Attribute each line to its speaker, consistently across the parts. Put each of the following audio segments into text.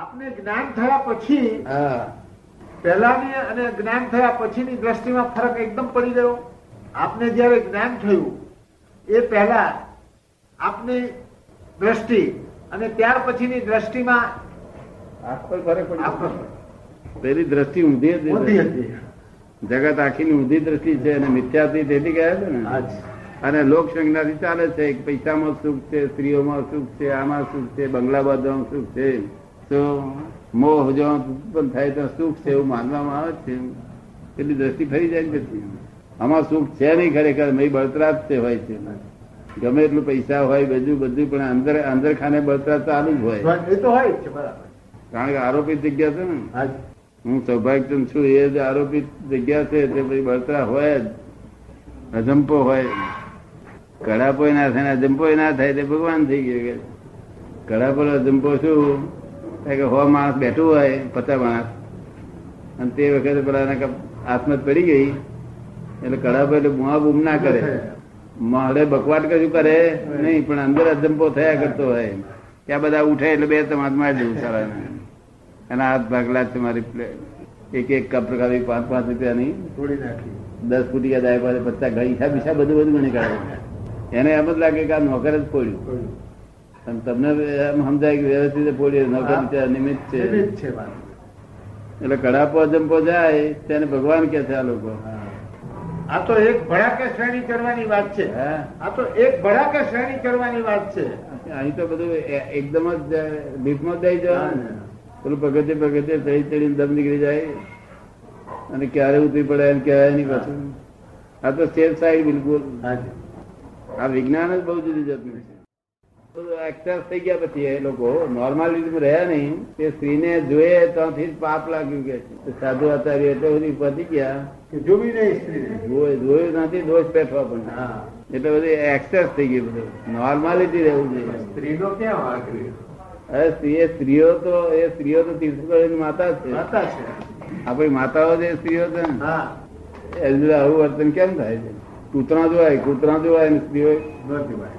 Speaker 1: આપને જ્ઞાન થયા પછી
Speaker 2: હા
Speaker 1: પહેલાની અને જ્ઞાન થયા પછીની દ્રષ્ટિમાં ફરક એકદમ પડી ગયો આપને જ્યારે જ્ઞાન થયું એ પહેલા આપની દ્રષ્ટિ અને ત્યાર પછીની દ્રષ્ટિમાં
Speaker 2: આંખ પર ફરક પડી
Speaker 1: આપ-
Speaker 2: પેલી દ્રષ્ટિ ઊંધી હતી.
Speaker 1: ઊંધી હતી.
Speaker 2: જગત આખીની ઊંધી દ્રષ્ટિ છે અને મિથ્યાથી તેથી ગયા છે ને
Speaker 1: હા જી.
Speaker 2: અને લોક સંજ્ઞાથી ચાલે છે કે પૈસામાં સુખ છે સ્ત્રીઓમાં સુખ છે આમાં સુખ છે બંગલા બાંધવામાં સુખ છે તો મોહ જો ઉત્પન્ન થાય તો સુખ છે એવું માનવામાં આવે છે પેલી દ્રષ્ટિ ફરી જાય ને પછી આમાં સુખ છે નહીં ખરેખર મય બળતરા જ તે હોય છે ગમે એટલું પૈસા હોય બધું બધું પણ અંદર અંદર ખાને બળતરા ચાલુ જ હોય
Speaker 1: એ તો હોય જ છે બરાબર
Speaker 2: કારણ કે આરોપિત જગ્યા છે ને
Speaker 1: હા જી.
Speaker 2: હું સૌભાગ્યચંદ છું એ જ આરોપિત જગ્યા છે તે પછી બળતરા હોય જ અજંપો હોય કડાપો ના થાય ને અજંપો ના થાય તે ભગવાન થઈ ગયો કે કડાપો ને અજંપો શું થાય કે હો માણસ બેઠું હોય પચાસ માણસ અને તે વખતે પેલા આત્મત પડી ગઈ એટલે કડાપો એટલે બુઆ બૂમ ના કરે મળે બકવાટ કશું કરે નહીં પણ અંદર અજંપો થયા કરતો હોય ત્યાં બધા ઉઠે એટલે બે તમારે મારી દેવું સારા અને આ ભાગલા છે મારી પ્લેટ એક એક કપ ખાવી પાંચ પાંચ રૂપિયાની
Speaker 1: તોડી નાખી
Speaker 2: દસ ફૂટી ગયા દાય પાસે પચાસ ગઈ હિસાબ હિસાબ બધું બધું ગણી કાઢે એને એમ જ લાગે કે આ નોકર જ પોડ્યું
Speaker 1: તોડ્યું.
Speaker 2: અને તમને એમ સમજાય કે વ્યવસ્થિત પોડ્યું નોકર બિચારા નિમિત્ત છે
Speaker 1: એવી જ છે વાત
Speaker 2: એટલે કડાપો જંપો જાય તેને ભગવાન કે છે આ લોકો
Speaker 1: હા. આ તો એક ભડાકે શ્રેણી કરવાની વાત છે
Speaker 2: હા
Speaker 1: આ તો એક ભડાકે શ્રેણી કરવાની વાત છે
Speaker 2: અહીં તો બધું એ- એકદમ જ ભીખમાં દઈ જવાનું ને. પેલું પગથે પગથે ચડી ચડીને દમ નીકળી જાય અને ક્યારે ઉતરી પડે એમ કહેવાય નહીં પાછું આ તો સેફ સાઈડ બિલકુલ
Speaker 1: હા જી.
Speaker 2: આ વિજ્ઞાન જ બહુ જુદી જાતનું છે એક્સેસ થઈ ગયા પછી એ લોકો નોર્માલિટીમાં રહ્યા નહીં તે સ્ત્રીને જોઈએ ત્યાંથી જ પાપ લાગ્યું કે છે. સાધુ આચાર્ય એટલે બધી પતી ગયા
Speaker 1: કે જોવી નહીં સ્ત્રી
Speaker 2: જોયું જોયું નથી દોષ બેઠવા પણ
Speaker 1: હા
Speaker 2: એટલે બધી એક્સેસ થઈ ગઈ બધું નોર્માલિટી રહેવું જોઈએ
Speaker 1: સ્ત્રીનો ક્યાં વાંક રહ્યો?
Speaker 2: અરે સ્ત્રી- એ સ્ત્રીઓ તો એ સ્ત્રીઓ તો તીર્થકરની માતા જ છે
Speaker 1: માતા છે
Speaker 2: આપણી માતાઓ જે સ્ત્રીઓ છે ને
Speaker 1: હા
Speaker 2: એની જોડે આવું વર્તન કેમ થાય છે કૂતરા જોવાય કૂતરા જોવાય ને સ્ત્રીઓ
Speaker 1: નથી ભાઈ.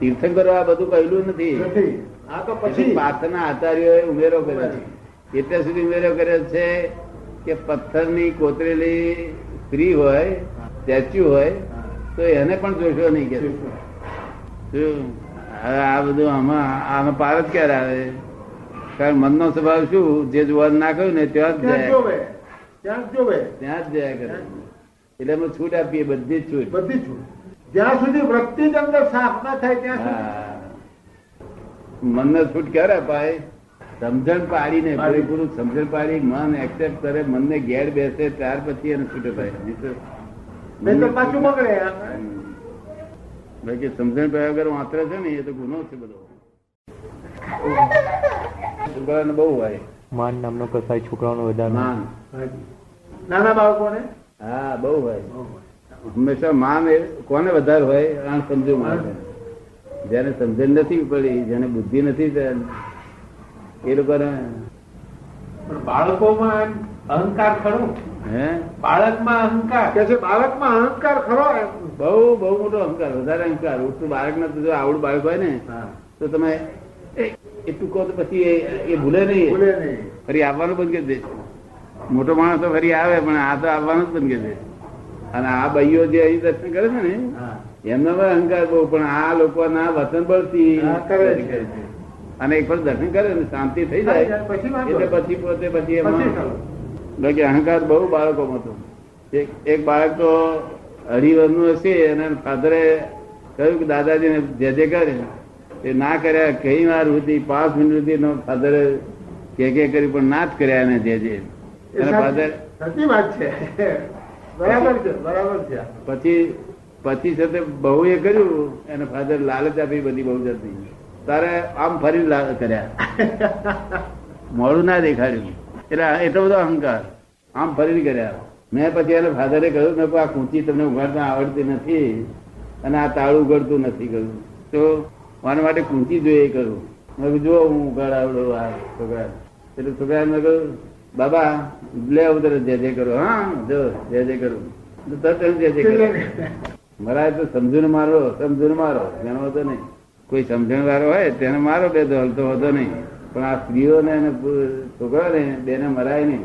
Speaker 2: તીર્થંકરો આ બધું કહ્યું નથી
Speaker 1: નથી આ તો
Speaker 2: પછી
Speaker 1: પછી
Speaker 2: પાથરના આચાર્યોએ ઉમેરો કર્યો છે એટલે સુધી ઉમેરો કર્યો છે કે પથ્થરની કોતરેલી સ્ત્રી હોય સ્ટેચ્યુ હોય
Speaker 1: હા.
Speaker 2: તો એને પણ જોશો નહીં કે છે. શું? હવે આ બધું આમાં આનો પાર જ ક્યારે આવે કારણ મનનો સ્વભાવ શું જે જોવાનું ના કહ્યું ને ત્યાં જ
Speaker 1: ક્યાંક
Speaker 2: જાય
Speaker 1: જોવે ક્યાંક જોવે
Speaker 2: ત્યાં જ જાય કરે એટલે અમે છૂટ આપીએ બધી જ છૂટ
Speaker 1: બધી છું જ્યાં સુધી વૃત્તિ જ અંદર સાફ ના થાય ત્યાં સુધી
Speaker 2: હા. મનને છૂટ ક્યારે અપાય સમજણ પાડીને પૂરેપૂરું સમજણ પાડી મન એક્સેપ્ટ કરે મનને ઘેર બેસે ત્યાર પછી એને છૂટ અપાય નહીં તો
Speaker 1: નહીં તો પાછું બગડે
Speaker 2: બાકી સમજણ પાડ્યા વગર વાંતરે છે ને એ તો ગુનો છે બધો છોકરાને બહુ હોય
Speaker 3: માન નામનો કસાય છોકરાઓનો વધારે
Speaker 2: માન
Speaker 1: નાના બાળકોને
Speaker 2: હા બહુ હોય હંમેશા માન એ કોને વધારે હોય આ સમજુ માન જેને સમજણ નથી પડી જેને બુદ્ધિ નથી થઈ, એ લોકોને
Speaker 1: પણ બાળકોમાં અહંકાર ખરો
Speaker 2: હે
Speaker 1: બાળકમાં અહંકાર કે છે બાળકમાં અહંકાર ખરો એમ.
Speaker 2: બહુ બહુ મોટો અહંકાર વધારે અહંકાર ઉઠતું બાળકને તો જો આવડું બાળક હોય ને તો તમે એ- એટલું કહો તો પછી એ- એ ભૂલે નહીં
Speaker 1: ભૂલે નહીં
Speaker 2: ફરી આવવાનું બંધ કરી દે મોટો માણસ તો ફરી આવે પણ આ તો આવવાનું જ બંધ કરી દે અને આ ભાઈઓ જે અહીં દર્શન કરે છે ને
Speaker 1: હા.
Speaker 2: એમનો પણ અહંકાર બહુ પણ આ લોકોના વતન બળથી
Speaker 1: હા, કરે છે.
Speaker 2: કરે છે. અને એક વાર દર્શન કરે ને શાંતિ થઈ
Speaker 1: થઈ
Speaker 2: જાય
Speaker 1: જાય, પછી વાંધો
Speaker 2: એટલે
Speaker 1: નહીં.
Speaker 2: પછી પોતે પછી
Speaker 1: પછી
Speaker 2: એમાં
Speaker 1: ખરો.
Speaker 2: બાકી અહંકાર બહુ બાળકોમાં હતો એક એક બાળક તો અઢી વર્ષનું હશે અને ફાધરે કહ્યું કે દાદાજીને જે જે કરે એ ના કર્યા કઈ વાર સુધી પાંચ મિનિટ સુધી નો ફાધરે કે કે કરી પણ ના જ કર્યા એને જે જે
Speaker 1: એ
Speaker 2: અને
Speaker 1: સાચી-
Speaker 2: ફાધર
Speaker 1: સાચી વાત છે બરાબર છે બરાબર છે
Speaker 2: પછી પછી સાથે બહુ એ કર્યું એને ફાધર લાલચ આપી બધી બહુ જતી તારે આમ ફરી લાલ કર્યા મોડું ના દેખાડ્યું એટલે આ એટલો બધો અહંકાર આમ ફરી કર્યા મેં પછી એને ફાધરે કહ્યું મેં કહ્યું, આ કૂંચી તમને ઉગાડતા આવડતી નથી અને આ તાળું ઉગાડતું નથી કહ્યું તો મારા માટે કૂંચી જોઈએ કહ્યું મેં કીધું જો હું ઉગાડ આવડું આ છોકરા એટલે છોકરા મેં કહ્યું બાબા લે ઉતરે જે જે કરો હા જો જે જે કરું તો તરત એમ જે જે કરો મરાય તો સમજણ મારો સમજણ મારો જેનો વાંધો નહીં કોઈ સમજણ વાળો હોય તેને મારો બે દોલ તો વાંધો નહીં પણ આ સ્ત્રીઓને અને પુરુષ- છોકરાઓને બેને મરાય નહીં